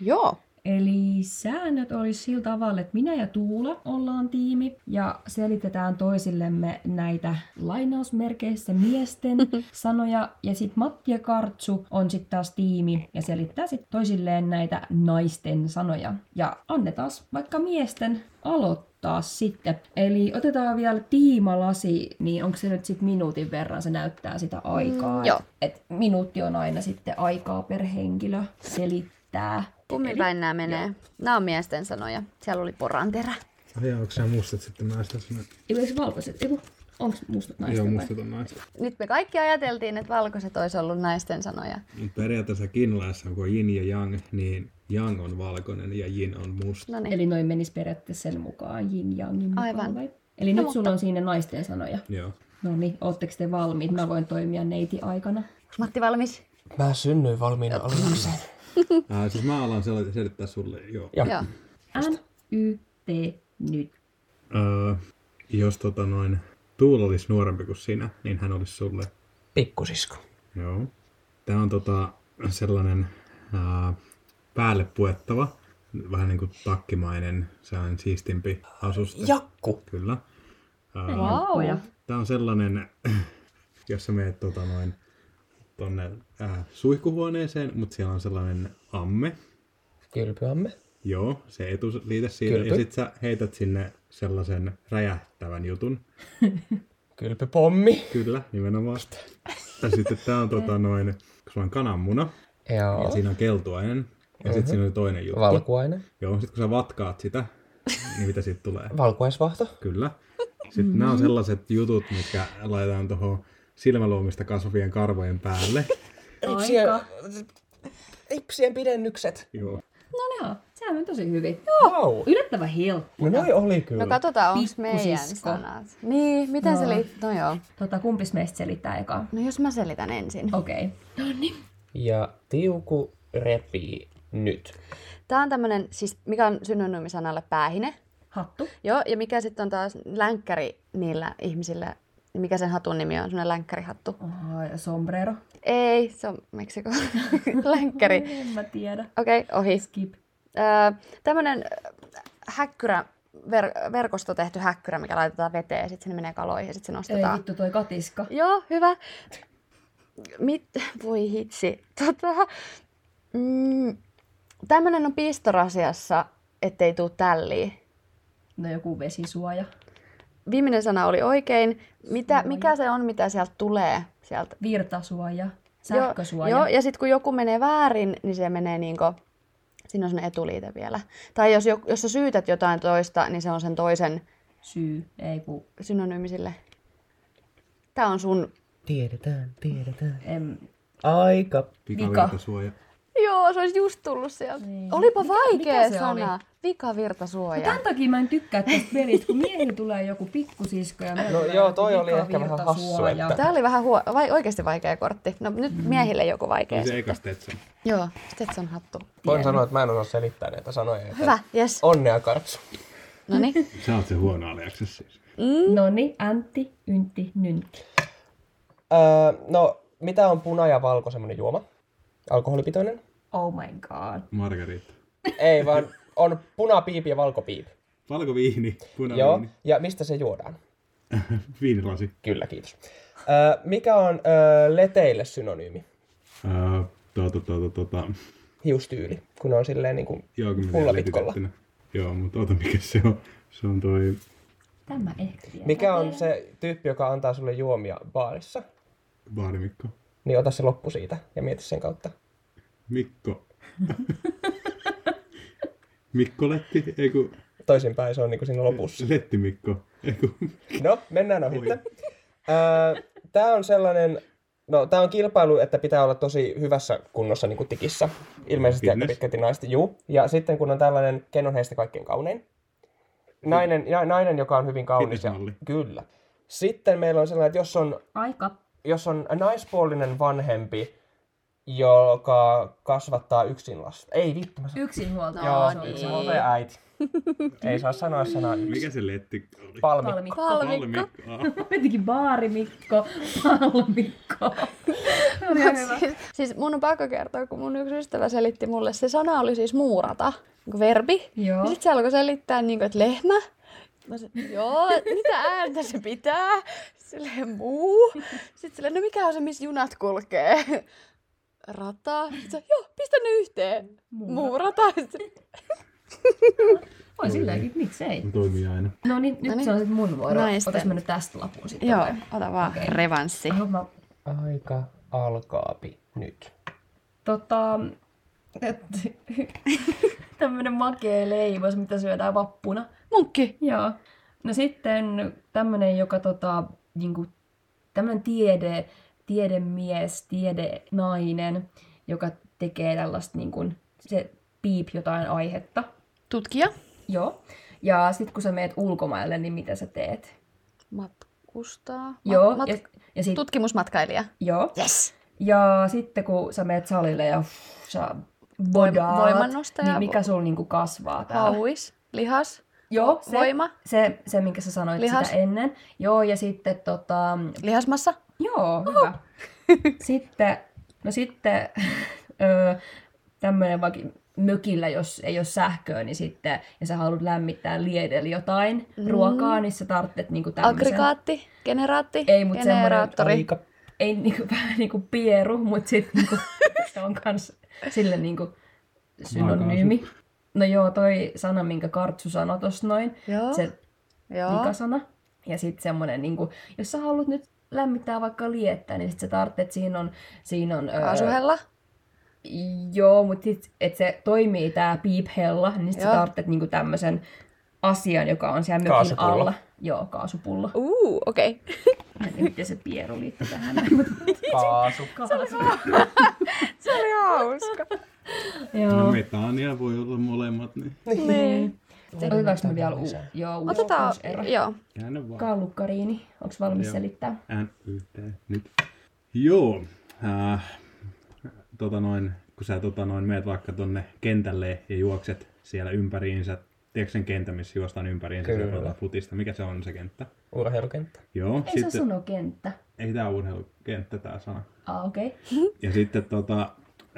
Speaker 4: Joo.
Speaker 3: Eli säännöt olisi sillä tavalla, että minä ja Tuula ollaan tiimi ja selitetään toisillemme näitä lainausmerkeissä
Speaker 4: *laughs*
Speaker 3: miesten sanoja. Ja sitten Matti ja Kartsu on sitten taas tiimi ja selittää sitten toisilleen näitä naisten sanoja. Ja annetaan vaikka miesten aloittaa sitten. Eli otetaan vielä tiimalasi, niin onko se nyt sitten minuutin verran, se näyttää sitä aikaa.
Speaker 4: Mm, joo.
Speaker 3: Et, et minuutti on aina sitten aikaa per henkilö selittää.
Speaker 4: Kummin päin nämä menee? Nämä on miesten sanoja. Siellä oli poranterä.
Speaker 2: Niin. Ai jaa, onko sä mustat sitten mä sitä sanoin?
Speaker 3: Ei myös valkoiset, ei kun Onko mustat naiset?
Speaker 2: Joo,
Speaker 3: vai?
Speaker 2: mustat on naiset.
Speaker 4: Nyt me kaikki ajateltiin, että valkoiset olisi ollut naisten sanoja.
Speaker 2: Mutta periaatteessa kiinalaisessa, kun on yin ja yang, niin yang on valkoinen ja yin on musta.
Speaker 4: No niin.
Speaker 3: Eli noin menisi periaatteessa sen mukaan, yin jangin mukaan
Speaker 4: Aivan.
Speaker 3: vai? Eli
Speaker 4: No
Speaker 3: nyt sulla on siinä naisten sanoja.
Speaker 2: Joo.
Speaker 3: No niin, ootteko te valmiit? Mä voin toimia neiti aikana.
Speaker 4: Onko Matti valmis?
Speaker 1: Mä synnyin valmiina olevakseen.
Speaker 2: Ää, siis mä alan sel- selittää sulle, joo.
Speaker 1: Joo.
Speaker 4: Joo.
Speaker 3: N, Y, T, nyt.
Speaker 2: Öö, jos tota noin, Tuula olisi nuorempi kuin sinä, niin hän olisi sulle.
Speaker 1: Pikkusisko.
Speaker 2: Joo. Tämä on tota, sellainen ää, päälle puettava, vähän niin kuin takkimainen, sellainen siistimpi asuste.
Speaker 1: Jakku.
Speaker 2: Kyllä. Ää,
Speaker 4: Wow.
Speaker 2: Tämä on sellainen, *clears throat* jos sä menet tota noin, tonne äh, suihkuhuoneeseen, mutta siellä on sellainen amme.
Speaker 1: Kylpyämme.
Speaker 2: Joo, se etuliite siitä.
Speaker 1: Kylpy.
Speaker 2: Ja sit sä heität sinne sellaisen räjähtävän jutun.
Speaker 1: Kylpypommi.
Speaker 2: Kyllä, nimenomaan. Ja sitten tää on tota noin, kun sulla on kananmuna, ja
Speaker 1: Joo.
Speaker 2: siinä on keltuainen, ja sitten siinä on toinen juttu.
Speaker 1: Valkuainen.
Speaker 2: Joo, sit kun sä vatkaat sitä, niin mitä siitä tulee?
Speaker 1: Valkuaisvahto.
Speaker 2: Kyllä. Sitten mm-hmm. nämä on sellaiset jutut, mitkä laitetaan tuohon silmäluomista kasvavien karvojen päälle.
Speaker 1: Ipsien, ipsien pidennykset.
Speaker 2: Joo.
Speaker 3: No ne on. Sehän on tosi hyvin.
Speaker 1: Wow.
Speaker 3: Yllättävän helppo.
Speaker 1: No noi oli kyllä.
Speaker 4: No katsotaan, onko meidän
Speaker 3: Pikkusisko.
Speaker 4: sanat. Niin, miten no. se liittyy? No joo.
Speaker 3: Tota, kumpis meistä selittää eka?
Speaker 4: No jos mä selitän ensin.
Speaker 3: Okei. Okay.
Speaker 1: Ja tiuku repii nyt.
Speaker 4: Tämä on tämmöinen, siis mikä on synonyymi sanalle päähine.
Speaker 3: Hattu.
Speaker 4: Joo, ja mikä sitten on taas länkkäri niillä ihmisillä, mikä sen hatun nimi on, semmoinen länkkärihattu.
Speaker 3: Aha, ja sombrero.
Speaker 4: Ei, se on Meksiko. *laughs* länkkäri.
Speaker 3: En mä tiedä.
Speaker 4: Okei, okay, ohi.
Speaker 3: Skip.
Speaker 4: Öö, tämmöinen häkkyrä, ver- verkosta tehty häkkyrä, mikä laitetaan veteen ja sitten sinne menee kaloihin ja sitten se
Speaker 3: Ei
Speaker 4: nostetaan.
Speaker 3: vittu toi katiska.
Speaker 4: Joo, hyvä. Mit, voi hitsi. Tota, mm, tämmönen on pistorasiassa, ettei tuu tälliin.
Speaker 3: No joku vesisuoja.
Speaker 4: Viimeinen sana oli oikein. Mitä, mikä se on, mitä sieltä tulee? Sieltä?
Speaker 3: Virtasuoja.
Speaker 4: Joo,
Speaker 3: Sähkösuoja.
Speaker 4: Joo, ja sitten kun joku menee väärin, niin se menee niinku, siinä on sen etuliite vielä. Tai jos, jo- jos sä syytät jotain toista, niin se on sen toisen
Speaker 3: Syy. Ei ku.
Speaker 4: synonyymisille. Tämä on sun...
Speaker 1: Tiedetään, tiedetään.
Speaker 3: En...
Speaker 1: Aika.
Speaker 2: Pikavirtasuoja.
Speaker 4: Joo, se olisi just tullut sieltä.
Speaker 3: Niin.
Speaker 4: Olipa vaikea
Speaker 3: mikä se
Speaker 4: sana.
Speaker 3: oli? No
Speaker 4: Vikavirtasuoja.
Speaker 3: Tämän takia mä en tykkää tästä pelistä, kun miehi tulee joku pikkusisko ja meillä
Speaker 1: No
Speaker 3: tulee
Speaker 1: joo,
Speaker 3: joku
Speaker 1: toi oli
Speaker 3: vika
Speaker 1: ehkä vähän
Speaker 3: virtasuoja.
Speaker 1: hassu, että-
Speaker 4: Tämä oli vähän huo- vai oikeasti vaikea kortti. No nyt
Speaker 3: Mm.
Speaker 4: miehille joku vaikea.
Speaker 2: Niin se ekas teet sen.
Speaker 4: Joo, Stetson hattu.
Speaker 1: Voin sanoa, että mä en osaa selittää näitä sanoja. joten
Speaker 4: Hyvä, yes.
Speaker 1: Onnea, Kartsu.
Speaker 4: No niin.
Speaker 2: Sä oot se huono aliaksessa siis.
Speaker 3: No niin, antti, yntti, nyntti.
Speaker 1: Öö, no, mitä on puna ja valko semmonen juoma?
Speaker 4: *laughs*
Speaker 1: Alkoholipitoinen?
Speaker 3: Oh my god.
Speaker 2: Margarita.
Speaker 1: Ei, vaan on punapiipi ja valkopiipi.
Speaker 2: Valkoviini,
Speaker 1: Joo,
Speaker 2: punaviini,
Speaker 1: ja mistä se juodaan?
Speaker 2: *laughs* viinilasi.
Speaker 1: Kyllä, kiitos. Öö, mikä on öö, leteille synonyymi?
Speaker 2: Öö, tota, tota, tota.
Speaker 1: Hiustyyli, kun on silleen niin kuin
Speaker 2: Joo, kun mä
Speaker 1: Mulla
Speaker 2: vielä
Speaker 1: pitkolla.
Speaker 2: letitettynä. Joo, mutta ota mikä se on. Se on toi...
Speaker 3: Tämä ehkä vielä.
Speaker 1: Mikä on se tyyppi, joka antaa sulle juomia baarissa?
Speaker 2: Baarimikko.
Speaker 1: Niin ota se loppu siitä ja mieti sen kautta.
Speaker 2: Mikko. *laughs* Mikkoletti, ei kun
Speaker 1: Toisinpäin se on niin kuin siinä lopussa.
Speaker 2: Letti Mikko. Ei kun...
Speaker 1: No, mennään ohitte. Tämä on sellainen, no tämä on kilpailu, että pitää olla tosi hyvässä kunnossa niin kuin tikissä. Ilmeisesti aika
Speaker 2: Fitness.
Speaker 1: pitkälti naisten, juu. Ja sitten kun on tällainen, ken on heistä kaikkein kaunein. Nainen, ja, nainen joka on hyvin kaunis. Ja,
Speaker 2: Fitnessmalli.
Speaker 1: kyllä. Sitten meillä on sellainen, että jos on
Speaker 3: Aika.
Speaker 1: jos on naispuolinen vanhempi, joka kasvattaa yksin lasta. Ei vittu, mä sanon.
Speaker 3: Yksinhuoltaja.
Speaker 1: Joo, niin.
Speaker 3: niin.
Speaker 1: yksin huoltaja äiti. Ei saa sanoa sanaa yksi.
Speaker 2: Mikä se letti oli?
Speaker 1: Palmi.
Speaker 3: Palmikko.
Speaker 4: Palmikko.
Speaker 2: Palmikko.
Speaker 3: Jotenkin baarimikko, palmikko. Oli ihan hyvä.
Speaker 4: Siis, siis mun on pakko kertoa, kun mun yksi ystävä selitti mulle, se sana oli siis muurata, niinku verbi.
Speaker 3: Joo.
Speaker 4: Ja sitten se alkoi selittää, niinku, että lehmä. Mä sanoin, joo, et mitä ääntä se pitää? Silleen muu. Sitten silleen, no mikä on se, missä junat kulkee? Rata. Sitten se, joo, pistä ne yhteen. Muurata. Sitten
Speaker 3: Voi silleenkin, miksei.
Speaker 2: Toimii aina.
Speaker 3: No niin, nyt
Speaker 4: niin.
Speaker 3: se on sitten mun vuoro.
Speaker 4: Naisten.
Speaker 3: Otas mä nyt tästä lapun sitten.
Speaker 4: Joo,
Speaker 3: vai?
Speaker 4: ota vaan okay. revanssi.
Speaker 3: Aha, mä,
Speaker 1: Aika alkaapi nyt.
Speaker 3: tota, *laughs* tämmönen makea leivos, mitä syödään vappuna.
Speaker 4: Munkki.
Speaker 3: Joo. No sitten tämmönen, joka tota, niin kuin, tämmöinen tiede, tiedemies, tiedenainen, joka tekee tällaista niin kuin, se piip jotain aihetta.
Speaker 4: Tutkija.
Speaker 3: Joo. Ja sitten kun sä meet ulkomaille, niin mitä sä teet?
Speaker 4: Matkustaa. Ma-
Speaker 3: Joo,
Speaker 4: Mat-
Speaker 3: ja, ja, sit,
Speaker 4: Tutkimusmatkailija.
Speaker 3: joo.
Speaker 4: Yes.
Speaker 3: ja sitten kun sä meet salille ja uff, sä bodaat,
Speaker 4: voimannostaja.
Speaker 3: niin mikä sulla niinku kasvaa täällä?
Speaker 4: Hauis. Lihas.
Speaker 3: Joo, se,
Speaker 4: Voima.
Speaker 3: Se, se, minkä sä sanoit
Speaker 4: Lihas.
Speaker 3: sitä ennen. Joo, ja sitten tota,
Speaker 4: Lihasmassa.
Speaker 3: joo,
Speaker 4: *laughs*
Speaker 3: hyvä. Sitten, no sitten *laughs* öö, tämmöinen vaikka mökillä, jos ei ole sähköä, niin sitten, ja sä haluat lämmittää liedellä jotain mm.
Speaker 4: Mm-hmm.
Speaker 3: ruokaa, niin sä tarvitset niinku tämmöisen.
Speaker 4: Aggregaatti. Generaatti.
Speaker 3: Ei, mut semmoinen
Speaker 4: generaattori.
Speaker 1: Aika
Speaker 3: ei niinku, *laughs* vähän niinku pieru, mutta sit
Speaker 4: *laughs*
Speaker 3: niinku, se on kans sille niinku synonyymi. No joo, toi sana, minkä Kartsu sanoi tossa noin,
Speaker 4: Joo.
Speaker 3: se
Speaker 4: Joo.
Speaker 3: pikasana. Ja sit semmonen, niinku, jos sä haluat nyt lämmittää vaikka liettä, niin sit sä tarvitset, että siinä on... Siinä on öö,
Speaker 4: Kaasuhella.
Speaker 3: Joo, mutta sit, et se toimii tää piiphella, niin sit sä
Speaker 4: Joo.
Speaker 3: tarvitset niinku tämmösen asian, joka on siellä mökin
Speaker 1: Kaasupullo.
Speaker 3: alla. Joo, kaasupullo.
Speaker 4: Uu, okei. Okay.
Speaker 3: Mä en tiedä, miten se pieru liittyy
Speaker 4: *laughs*
Speaker 3: tähän.
Speaker 1: kaasu.
Speaker 4: Se oli hauska.
Speaker 3: Joo.
Speaker 2: No metaania voi olla molemmat, niin
Speaker 4: niin.
Speaker 3: Otetaanko me vielä uusi? Joo, uusi,
Speaker 4: *laughs* Otetaan,
Speaker 3: uusi ero.
Speaker 4: joo.
Speaker 2: käännä vaan.
Speaker 3: Kallukkariini, onko valmis
Speaker 2: Joo.
Speaker 3: selittää?
Speaker 2: N yhteen nyt. Joo. Äh, tota noin, kun sä tota noin, meet vaikka tonne kentälle ja juokset siellä ympäriinsä, tiedätkö sen kentän, missä juostaan ympäriinsä
Speaker 1: Kyllä.
Speaker 2: siellä tuota futista? Mikä se on se kenttä?
Speaker 1: Urheilukenttä.
Speaker 2: Joo,
Speaker 3: Ei se ole sunokenttä.
Speaker 2: ei tää urheilukenttä tää sana.
Speaker 3: Ah, okei. Okay.
Speaker 2: Ja sitten tota,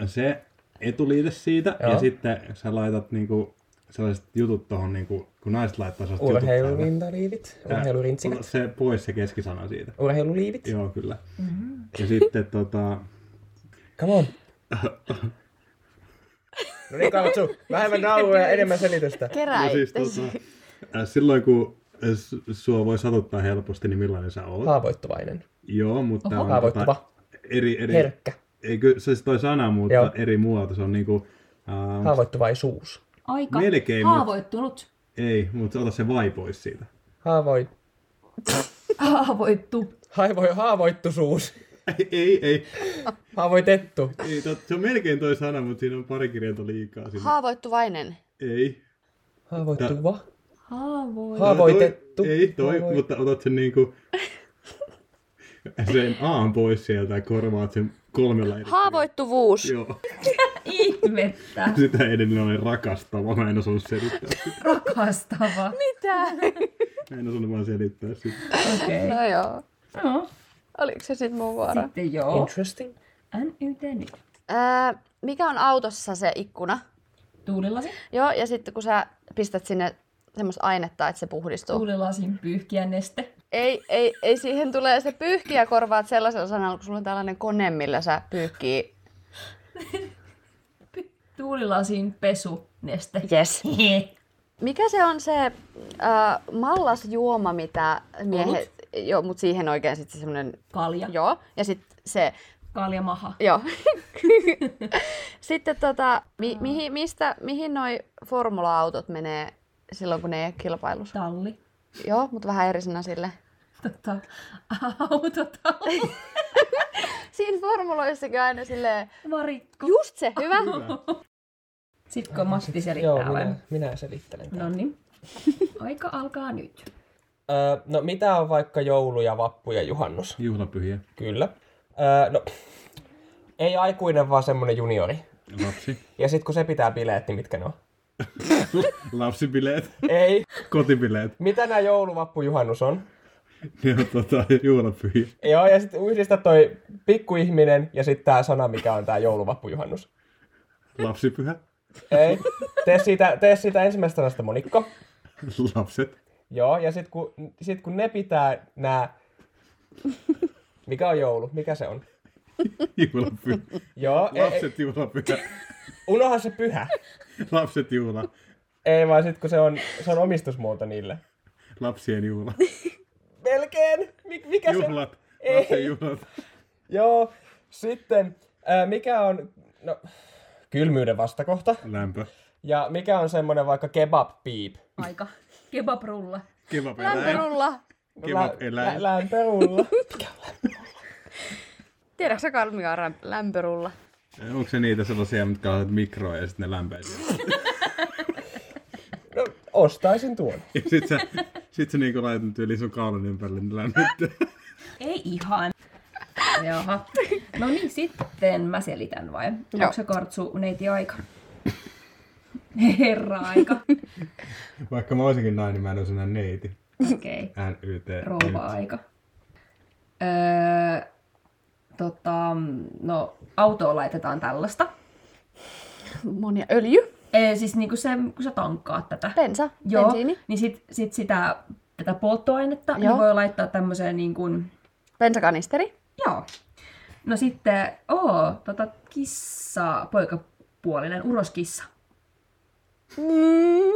Speaker 2: se etuliite siitä Joo.
Speaker 1: Joo.
Speaker 2: ja sitten sä laitat niinku sellaiset jutut tohon niinku, kun naiset laittaa sellaiset jutut päälle.
Speaker 1: Urheilurintaliivit.
Speaker 2: Tää-
Speaker 1: Urheilurintsikät.
Speaker 2: Se pois se keskisana siitä.
Speaker 1: Urheiluliivit.
Speaker 2: Joo, kyllä. Mm-hmm. Ja sitten tota,
Speaker 1: Come
Speaker 2: *laughs*
Speaker 1: on. No niin, Kartsu. Vähemmän nauroja ja enemmän selitystä.
Speaker 4: Kerää
Speaker 2: No siis,
Speaker 4: itsesi.
Speaker 2: tota, äh, silloin kun äh, s- sua voi satuttaa helposti, niin millainen sä oot? Ha.
Speaker 1: Haavoittuvainen.
Speaker 2: Joo, mutta tää on tota
Speaker 1: Haavoittuva.
Speaker 2: eri, eri,
Speaker 1: Herkkä.
Speaker 2: eikö, se siis toi sana, mutta
Speaker 1: Joo.
Speaker 2: Joo. eri muoto. Se on niinku, äh,
Speaker 1: Haavoittuvaisuus.
Speaker 3: Aika
Speaker 2: Melkein, mut-
Speaker 3: haavoittunut.
Speaker 2: ei, mutta ota se vai pois siitä. *laughs*
Speaker 1: Haavoit...
Speaker 3: Haavoittu.
Speaker 1: Haivoi haavoittuisuus.
Speaker 2: Ei, ei, ei,
Speaker 1: Haavoitettu.
Speaker 2: ei tot, se on melkein toi sana, mutta siinä on pari kirjainta liikaa. Siinä.
Speaker 4: Haavoittuvainen.
Speaker 2: Ei.
Speaker 1: Haavoittuva.
Speaker 3: Haavoittu.
Speaker 1: Ha- Haavoitettu.
Speaker 2: Toi, ei toi,
Speaker 1: Haavoit-
Speaker 2: mutta otat sen niinku, *laughs* sen aan pois sieltä ja korvaat sen kolmella eri.
Speaker 4: Haavoittuvuus.
Speaker 2: Joo.
Speaker 3: Ihmettä.
Speaker 2: Sitä edellinen oli rakastava, mä en osannut selittää sitä.
Speaker 3: Rakastava.
Speaker 4: Mitä?
Speaker 2: Mä en osannut no vaan selittää sitä.
Speaker 3: Okei. Okay.
Speaker 4: *laughs* No joo.
Speaker 3: No,
Speaker 4: Oliko se sitten mun vuoro?
Speaker 3: sitten joo.
Speaker 1: Interesting.
Speaker 3: NYT nyt.
Speaker 4: Öö, mikä on autossa se ikkuna?
Speaker 3: Tuulilasi.
Speaker 4: Joo, ja sitten kun sä pistät sinne semmoista ainetta, että se puhdistuu.
Speaker 3: Tuulilasin pyyhkiä neste.
Speaker 4: Ei, ei, ei siihen tulee se pyyhkiä korvaat sellaisella sanalla, kun sulla on tällainen kone, millä sä pyyhkii.
Speaker 3: Tuulilasin pesu neste.
Speaker 4: Yes.
Speaker 3: Hehe.
Speaker 4: Mikä se on se äh, mallasjuoma, mitä miehet... Joo, mutta siihen oikein sitten semmoinen...
Speaker 3: *laughs* Kalja.
Speaker 4: Joo, ja sitten se...
Speaker 3: Kaljamaha.
Speaker 4: *laughs* Joo. sitten tota, mi, mihin, mistä, mihin noi formula-autot menee silloin, kun ne ei ole kilpailussa?
Speaker 3: Talli.
Speaker 4: Joo, mutta vähän eri sana sille.
Speaker 3: Tota, *laughs* autotalli.
Speaker 4: Siinä formuloissakin aina silleen,
Speaker 3: Varikko.
Speaker 4: just se, hyvä.
Speaker 3: Sitten kun Matti
Speaker 1: Joo,
Speaker 3: selittää vai?
Speaker 1: minä, minä selittelen.
Speaker 3: No niin. *laughs* Aika alkaa nyt.
Speaker 1: Öö, no mitä on vaikka joulu ja vappu ja juhannus?
Speaker 2: Juhlapyhiä.
Speaker 1: Kyllä. Öö, no, ei aikuinen, vaan semmonen juniori.
Speaker 2: Lapsi.
Speaker 1: Ja sit kun se pitää bileet, niin mitkä ne on?
Speaker 2: *laughs* Lapsibileet.
Speaker 1: Ei.
Speaker 2: Kotibileet.
Speaker 1: Mitä nää joulu, vappu, juhannus on?
Speaker 2: Ja tota, juhlapyhiä.
Speaker 1: Joo, ja sitten yhdistä toi pikkuihminen ja sitten tää sana, mikä on tää jouluvappujuhannus.
Speaker 2: Lapsipyhä.
Speaker 1: Ei. Tee siitä, tee siitä ensimmäistä sanasta monikko.
Speaker 2: Lapset.
Speaker 1: Joo, ja sitten kun, sit kun ne pitää nää... Mikä on joulu? Mikä se on?
Speaker 2: Juhlapyhä.
Speaker 1: Joo, ei, ei,
Speaker 2: Lapset juhlapyhä.
Speaker 1: unohan se pyhä.
Speaker 2: Lapset juhla.
Speaker 1: Ei vaan sit kun se on, se on omistusmuoto niille.
Speaker 2: Lapsien juhla.
Speaker 1: Melkein! Mik, mikä se on?
Speaker 2: Juhlat. Lapsen juhlat.
Speaker 1: Joo, sitten ää, mikä on... No, kylmyyden vastakohta.
Speaker 2: Lämpö.
Speaker 1: Ja mikä on semmonen vaikka kebab piip?
Speaker 3: Aika. Kebabrulla.
Speaker 2: Kiva perä.
Speaker 4: Lämpörulla.
Speaker 2: Kivot eläin.
Speaker 1: lämpörulla.
Speaker 4: Tiedätkö sä Kalmion rä- lämpörulla?
Speaker 2: Onko se niitä sellaisia, mitkä laitat mikroon ja sitten ne lämpenee?
Speaker 1: No, ostaisin tuon.
Speaker 2: Ja sit sä, sit sä niinku laitat yli sun kaulan ympärille, niin lämmittää.
Speaker 3: Ei
Speaker 4: *laughs*
Speaker 3: ihan. Jaha. No niin, sitten mä selitän vai? Onko se kartsu neiti aika? *laughs* Herra aika.
Speaker 2: Vaikka mä olisinkin nainen, niin mä en oo enää neiti.
Speaker 3: Okei. Okay.
Speaker 2: NYT.
Speaker 3: Rouva aika. Öö, tota, no, autoon laitetaan tällaista.
Speaker 4: Monia öljy,
Speaker 3: Ee, siis niinku se, kun sä tankkaat tätä.
Speaker 4: bensa,
Speaker 3: Joo,
Speaker 4: bensiini,
Speaker 3: niin sit, sit sitä tätä polttoainetta niin
Speaker 4: Joo.
Speaker 3: voi laittaa tämmöiseen niin kuin,
Speaker 4: bensakanisteri.
Speaker 3: joo. No sitten, oo, tota kissa, poikapuolinen, uroskissa. Mm,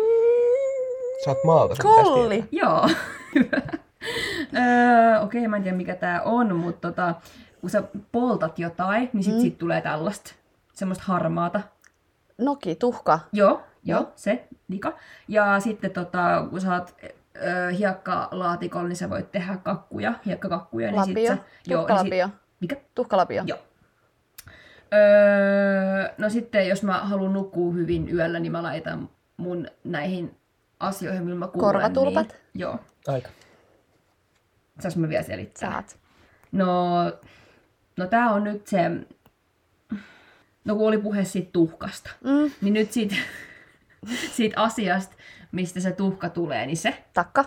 Speaker 1: Sä oot maalta. sun pitäis tietää.
Speaker 4: Kolli.
Speaker 3: Joo, *laughs* hyvä. Öö, Okei, mä en tiedä mikä tää on, mutta tota, kun sä poltat jotain, niin sit, mm. sit tulee tällaista semmoista harmaata.
Speaker 4: Noki, tuhka.
Speaker 3: Joo, joo, no. se lika. Ja sitten tota, kun sä oot öö, hiekkalaatikolla, niin sä voit tehdä kakkuja, hiekkakakkuja. Niin
Speaker 4: Lapio.
Speaker 3: sit sä, joo, niin
Speaker 4: Tuhkalapio.
Speaker 3: sit, mikä?
Speaker 4: Tuhkalapio.
Speaker 3: Joo. Öö, no sitten, jos mä haluan nukkua hyvin yöllä, niin mä laitan mun näihin asioihin, millä mä kuulen.
Speaker 4: Korvatulpat?
Speaker 3: Niin, joo.
Speaker 1: Aika.
Speaker 3: Saas mä vielä selittää?
Speaker 4: Saat.
Speaker 3: No, no tää on nyt se... No kun oli puhe siitä tuhkasta,
Speaker 4: Mm.
Speaker 3: niin nyt siitä, *laughs* siitä asiasta, mistä se tuhka tulee, niin se...
Speaker 4: Takka.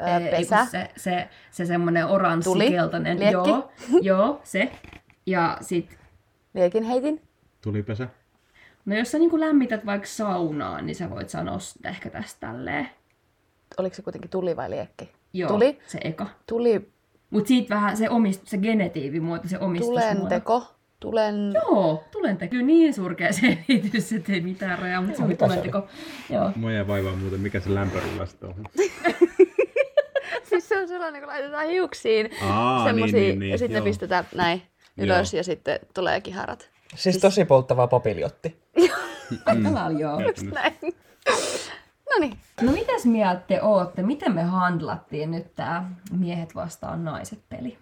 Speaker 4: Ö,
Speaker 3: ei, kun
Speaker 4: pesä.
Speaker 3: Se, se, se semmonen oranssi,
Speaker 4: Tuli.
Speaker 3: keltainen.
Speaker 4: Liekki.
Speaker 3: Joo, joo, se. Ja sit,
Speaker 4: Liekin heitin.
Speaker 2: Tulipesä.
Speaker 3: no jos sä niinku lämmität vaikka saunaa, niin sä voit sanoa sitä ehkä tästä tälleen.
Speaker 4: Oliko se kuitenkin tuli vai liekki?
Speaker 3: Joo,
Speaker 4: Tuli.
Speaker 3: se eka.
Speaker 4: Tuli.
Speaker 3: Mut siitä vähän se, omist, se genetiivimuoto, se omistusmuoto.
Speaker 4: Tulenteko. Tulen...
Speaker 3: Joo, tulenteko. Kyllä niin surkea selitys, että ei mitään rajaa, mutta se oli
Speaker 1: mitä se
Speaker 3: tulenteko. Joo.
Speaker 2: Mua jäi vaivaa muuten, mikä se lämpörulla sitten on.
Speaker 4: Siis se on sellainen, kun laitetaan hiuksiin.
Speaker 2: *laughs* Aa,
Speaker 4: semmosia,
Speaker 2: niin, niin, niin,
Speaker 4: ja sitten
Speaker 2: joo.
Speaker 4: ne pistetään näin ylös ja sitten tulee kiharat.
Speaker 1: Siis tosi polttava papiljotti.
Speaker 3: Tällä oli joo.
Speaker 4: Just
Speaker 2: Mm.
Speaker 4: näin. *laughs* no niin,
Speaker 3: No mitäs mieltä te ootte? Miten me handlattiin nyt tää miehet vastaan naiset peli?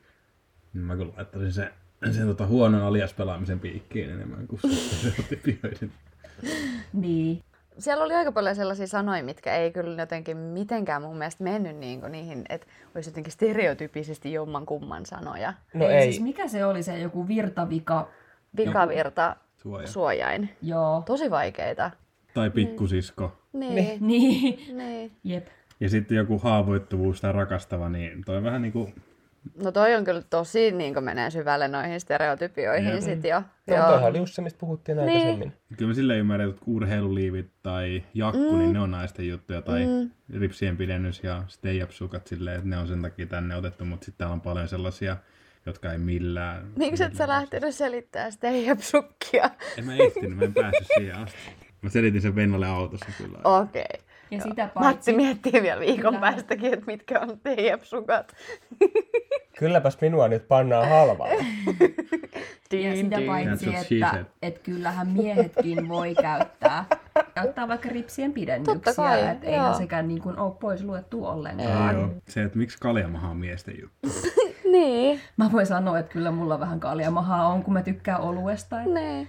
Speaker 2: Mä kyllä laittaisin sen, sen tota huonon aliaspelaamisen piikkiin enemmän kuin se typioiden.
Speaker 3: Niin.
Speaker 4: siellä oli aika paljon sellaisia sanoja, mitkä ei kyllä jotenkin mitenkään mun mielestä mennyt niin kuin niihin, että olisi jotenkin stereotypisesti jomman kumman sanoja.
Speaker 1: No ei.
Speaker 3: Siis mikä se oli se joku virtavika?
Speaker 4: Vikavirta,
Speaker 2: Suoja.
Speaker 4: suojain.
Speaker 3: Joo.
Speaker 4: Tosi vaikeita.
Speaker 2: Tai
Speaker 4: Mm.
Speaker 2: pikkusisko.
Speaker 4: Niin,
Speaker 3: Niin.
Speaker 4: niin.
Speaker 3: Jep.
Speaker 2: Ja sitten joku haavoittuvuus tai rakastava, niin toi on vähän niinku...
Speaker 4: No toi on kyllä tosi, niin kuin menee syvälle noihin stereotypioihin
Speaker 2: Jep.
Speaker 4: sit jo.
Speaker 1: No,
Speaker 4: Joo.
Speaker 1: toihan oli just se, mistä puhuttiin
Speaker 4: Niin.
Speaker 1: aikaisemmin.
Speaker 2: Kyllä mä sillä ymmärrän, että urheiluliivit tai jakku, mm. niin ne on naisten juttuja. Tai mm. ripsien pidennys ja stay-up-sukat silleen, että ne on sen takia tänne otettu. Mutta sitten täällä on paljon sellaisia, jotka ei millään...
Speaker 4: Miksi et Niin sä lähtenyt selittää steijäpsukkia?
Speaker 2: En mä ehtinyt, mä en päässyt siihen asti. Mä selitin sen Vennalle autossa kyllä.
Speaker 4: Okei. Okay.
Speaker 3: Ja sitä paitsi.
Speaker 4: Matti miettii vielä viikon
Speaker 3: Kyllä.
Speaker 4: päästäkin, että mitkä on teijäpsukat.
Speaker 1: Kylläpäs minua nyt pannaan halvalla.
Speaker 3: Ja
Speaker 4: Niin,
Speaker 3: sitä paitsi,
Speaker 2: That's what she said.
Speaker 3: että, että kyllähän miehetkin voi käyttää käyttää vaikka ripsien pidennyksiä.
Speaker 4: Totta kai,
Speaker 3: että eihän
Speaker 4: joo.
Speaker 3: sekään niin kuin ole pois luettu ollenkaan.
Speaker 2: Ei oo. Se, että miksi kaljamaha on miesten juttu.
Speaker 4: Niin,
Speaker 3: Mä voin sanoa, että kyllä mulla vähän kaljamahaa on, kun mä tykkään oluesta. Et
Speaker 4: niin.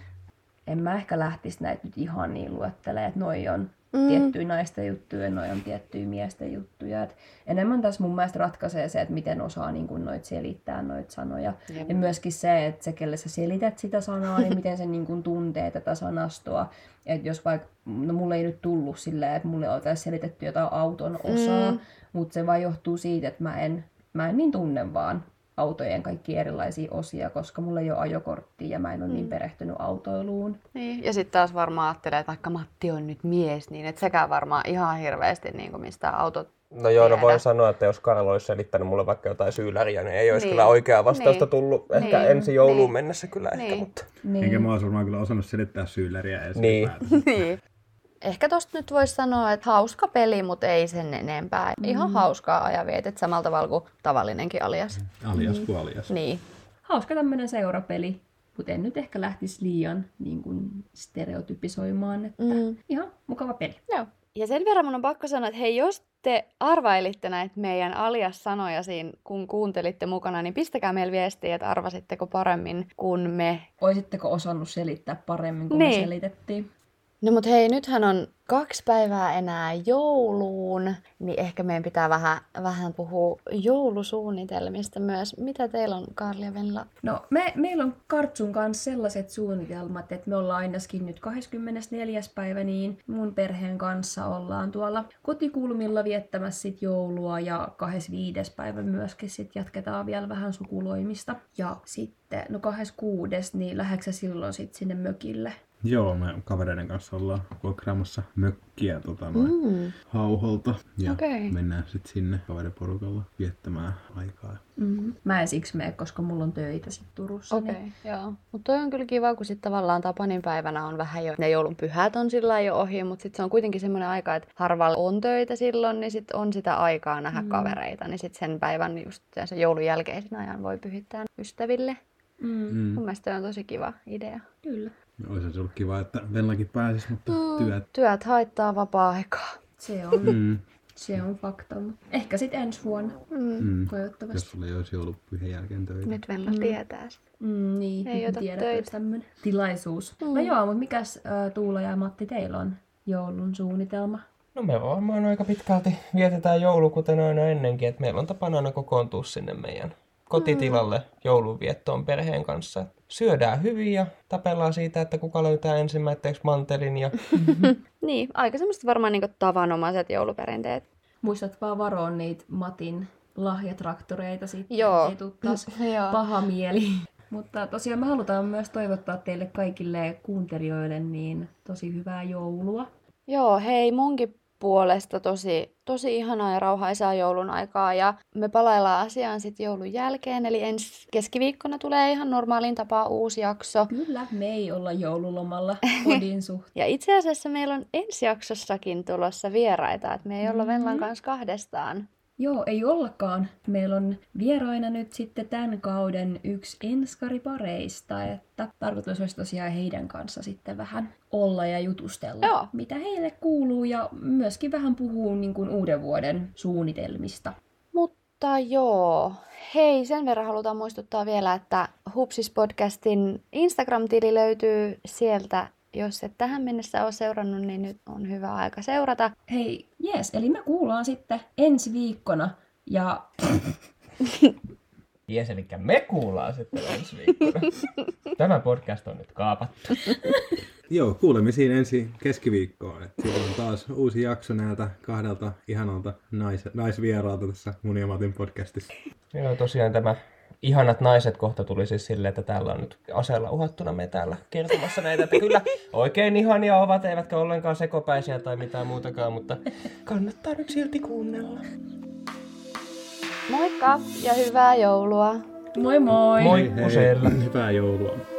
Speaker 3: En mä ehkä lähtisi näitä nyt ihan niin luettelemaan, että noi on mm. tiettyjä naisten juttuja, noi on tiettyjä miesten juttuja. Et enemmän tässä mun mielestä ratkaisee se, että miten osaa niin kun noit selittää noita sanoja. Jep. Ja myöskin se, että se, kelle sä selität sitä sanaa, *laughs* niin miten se niin kun tuntee tätä sanastoa. Et jos vaikka, no mulle ei nyt tullut silleen, että mulle oltaisiin selitetty jotain auton osaa, mm. mutta se vaan johtuu siitä, että mä en, mä en niin tunne vaan autojen kaikki erilaisia osia, koska mulla ei ole ajokorttia ja mä en ole mm. niin perehtynyt autoiluun.
Speaker 4: Niin. Ja sitten taas varmaan ajattelee, että vaikka Matti on nyt mies, niin et säkään varmaan ihan hirveästi niin kuin mistään autot...
Speaker 1: No joo, no
Speaker 4: tiedä.
Speaker 1: voin sanoa, että jos Karlo olisi selittänyt mulle vaikka jotain syyläriä, niin ei olisi
Speaker 4: Niin.
Speaker 1: kyllä oikeaa vastausta
Speaker 4: Niin.
Speaker 1: tullut. Ehkä
Speaker 4: Niin.
Speaker 1: ensi jouluun
Speaker 4: Niin.
Speaker 1: mennessä kyllä ehkä,
Speaker 4: Niin.
Speaker 1: mutta...
Speaker 3: Niin.
Speaker 2: Enkä mä ois varmaan kyllä osannut selittää syylläriä edes.
Speaker 1: Niin.
Speaker 2: ylipäätänsä.
Speaker 4: Niin. Ehkä tosta nyt voisi sanoa, että hauska peli, mutta ei sen enempää. Ihan
Speaker 3: Mm.
Speaker 4: hauskaa ajavietet samalla tavalla kuin tavallinenkin alias.
Speaker 2: Alias kuin alias.
Speaker 4: Niin.
Speaker 3: hauska tämmöinen seurapeli, mutta en nyt Mm. ehkä lähtisi liian niin kuin stereotypisoimaan, että mm. ihan mukava peli.
Speaker 4: Joo. Ja sen verran mun on pakko sanoa, että hei, jos te arvailitte näitä meidän alias-sanoja siinä, kun kuuntelitte mukana, niin pistäkää meille viestiä, että arvasitteko paremmin kuin me.
Speaker 3: Olisitteko osannut selittää paremmin kuin
Speaker 4: Niin.
Speaker 3: me selitettiin?
Speaker 4: No mut hei, nythän on kaksi päivää enää jouluun, niin ehkä meidän pitää vähän, vähän puhua joulusuunnitelmista myös. Mitä teillä on, Karli ja Venla?
Speaker 3: No, me, meillä on Kartsun kanssa sellaiset suunnitelmat, että me ollaan ainakin nyt 24. päivä, niin mun perheen kanssa ollaan tuolla kotikulmilla viettämässä sit joulua ja 25. päivä myöskin sit jatketaan vielä vähän sukuloimista. Ja sitten, no 26. niin lähdetkö sä silloin sit sinne mökille?
Speaker 2: Joo, me kavereiden kanssa ollaan vuokraamassa mökkiä tota noin, mm.
Speaker 4: Mm.
Speaker 2: hauholta. Ja
Speaker 4: Okei.
Speaker 2: mennään sitten sinne kaveriporukalla viettämään aikaa.
Speaker 3: Mm-hmm. Mä en siksi mene, koska mulla on töitä sit Turussa.
Speaker 4: Okei,
Speaker 3: niin-
Speaker 4: okay, joo. Mutta toi on kyllä kiva, kun sitten tavallaan Tapanin päivänä on vähän jo, ne joulun pyhät on sillä lailla jo ohi, mutta sitten se on kuitenkin semmoinen aika, että harvalla on töitä silloin, niin sitten on sitä aikaa nähdä mm.
Speaker 3: Mm.
Speaker 4: kavereita, niin sitten sen päivän just sen joulun jälkeisen ajan voi pyhittää ystäville.
Speaker 3: Mm,
Speaker 2: Mm.
Speaker 4: Mun mielestä toi on tosi kiva idea.
Speaker 3: kyllä.
Speaker 2: Olisi se ollut kiva, että Venlakin pääsisi, mutta työt.
Speaker 4: Työt haittaa vapaa-aikaa.
Speaker 3: Se on,
Speaker 2: Mm.
Speaker 3: se on fakta. mut Ehkä sit ensi vuonna,
Speaker 4: Mm.
Speaker 2: Mm. Jos
Speaker 3: toivottavasti.
Speaker 2: sulla ei olisi joulupyhien jälkeen töitä.
Speaker 4: Nyt Venla mm.
Speaker 3: Mm.
Speaker 4: tietää sitä.
Speaker 3: Mm, niin,
Speaker 4: Ei
Speaker 3: en
Speaker 4: ota
Speaker 3: tiedä,
Speaker 4: töitä.
Speaker 3: olisi tämmönen tilaisuus.
Speaker 4: Mm.
Speaker 3: Mm. No joo, mutta mikäs ä, Tuula ja Matti teillä on joulun suunnitelma?
Speaker 1: No me varmaan aika pitkälti vietetään joulu, kuten aina ennenkin, että meillä on tapana aina kokoontua sinne meidän kotitilalle
Speaker 4: Mm.
Speaker 1: joulunviettoon perheen kanssa. Et Syödään hyvin ja tapellaan siitä, että kuka löytää ensimmäiseksi mantelin
Speaker 4: *laughs*
Speaker 1: ja
Speaker 4: Niin, aika semmoiset varmaan niinku tavanomaiset jouluperinteet.
Speaker 3: Muistat vaan varoa niitä Matin lahjatraktoreita sitten,
Speaker 4: Joo.
Speaker 3: ei tuu taas
Speaker 4: *laughs* Joo.
Speaker 3: paha mieli. *laughs* Mutta tosiaan me halutaan myös toivottaa teille kaikille kuuntelijoille niin tosi hyvää joulua.
Speaker 4: Joo, hei munkin puolesta tosi, tosi ihanaa ja rauhaisaa joulun aikaa ja me palaillaan asiaan sitten joulun jälkeen, eli ensi keskiviikkona tulee ihan normaaliin tapaan uusi jakso.
Speaker 3: Kyllä, me ei olla
Speaker 4: *laughs*
Speaker 3: joululomalla kodin suhteen.
Speaker 4: Ja itse asiassa meillä on ensi jaksossakin tulossa vieraita, että me ei olla Venlan kanssa kahdestaan.
Speaker 3: Joo, ei ollakaan. Meillä on vieraina nyt sitten tämän kauden yksi enskaripareista, että tarkoitus olisi tosiaan heidän kanssa sitten vähän olla ja jutustella,
Speaker 4: Joo.
Speaker 3: mitä heille kuuluu ja myöskin vähän puhuu niin kuin uuden vuoden suunnitelmista.
Speaker 4: Mutta joo, hei, sen verran halutaan muistuttaa vielä, että Hupsis podcastin Instagram-tili löytyy sieltä. Jos et tähän mennessä ole seurannut, niin nyt on hyvä aika seurata.
Speaker 3: Hei, jees, eli me kuullaan sitten ensi viikkona ja
Speaker 1: jes, eli me kuullaan sitten ensi
Speaker 4: *laughs*
Speaker 1: viikolla. Tämä podcast on nyt kaapattu.
Speaker 2: Joo, kuulemisiin ensi keskiviikkoon. Et Silloin on taas uusi jakso näiltä kahdelta ihanalta nais, naisvieraalta tässä mun ja Matin podcastissa.
Speaker 1: Joo, tosiaan tämä Ihanat naiset kohta tuli siis silleen, että täällä on nyt aseella uhattuna me täällä kertomassa näitä, että kyllä oikein ihania ovat, eivätkä ollenkaan sekopäisiä tai mitään muutakaan, mutta kannattaa nyt silti kuunnella.
Speaker 4: Moikka ja hyvää joulua!
Speaker 3: moi moi!
Speaker 1: Moikkusella!
Speaker 2: Hei, hei. Hyvää joulua!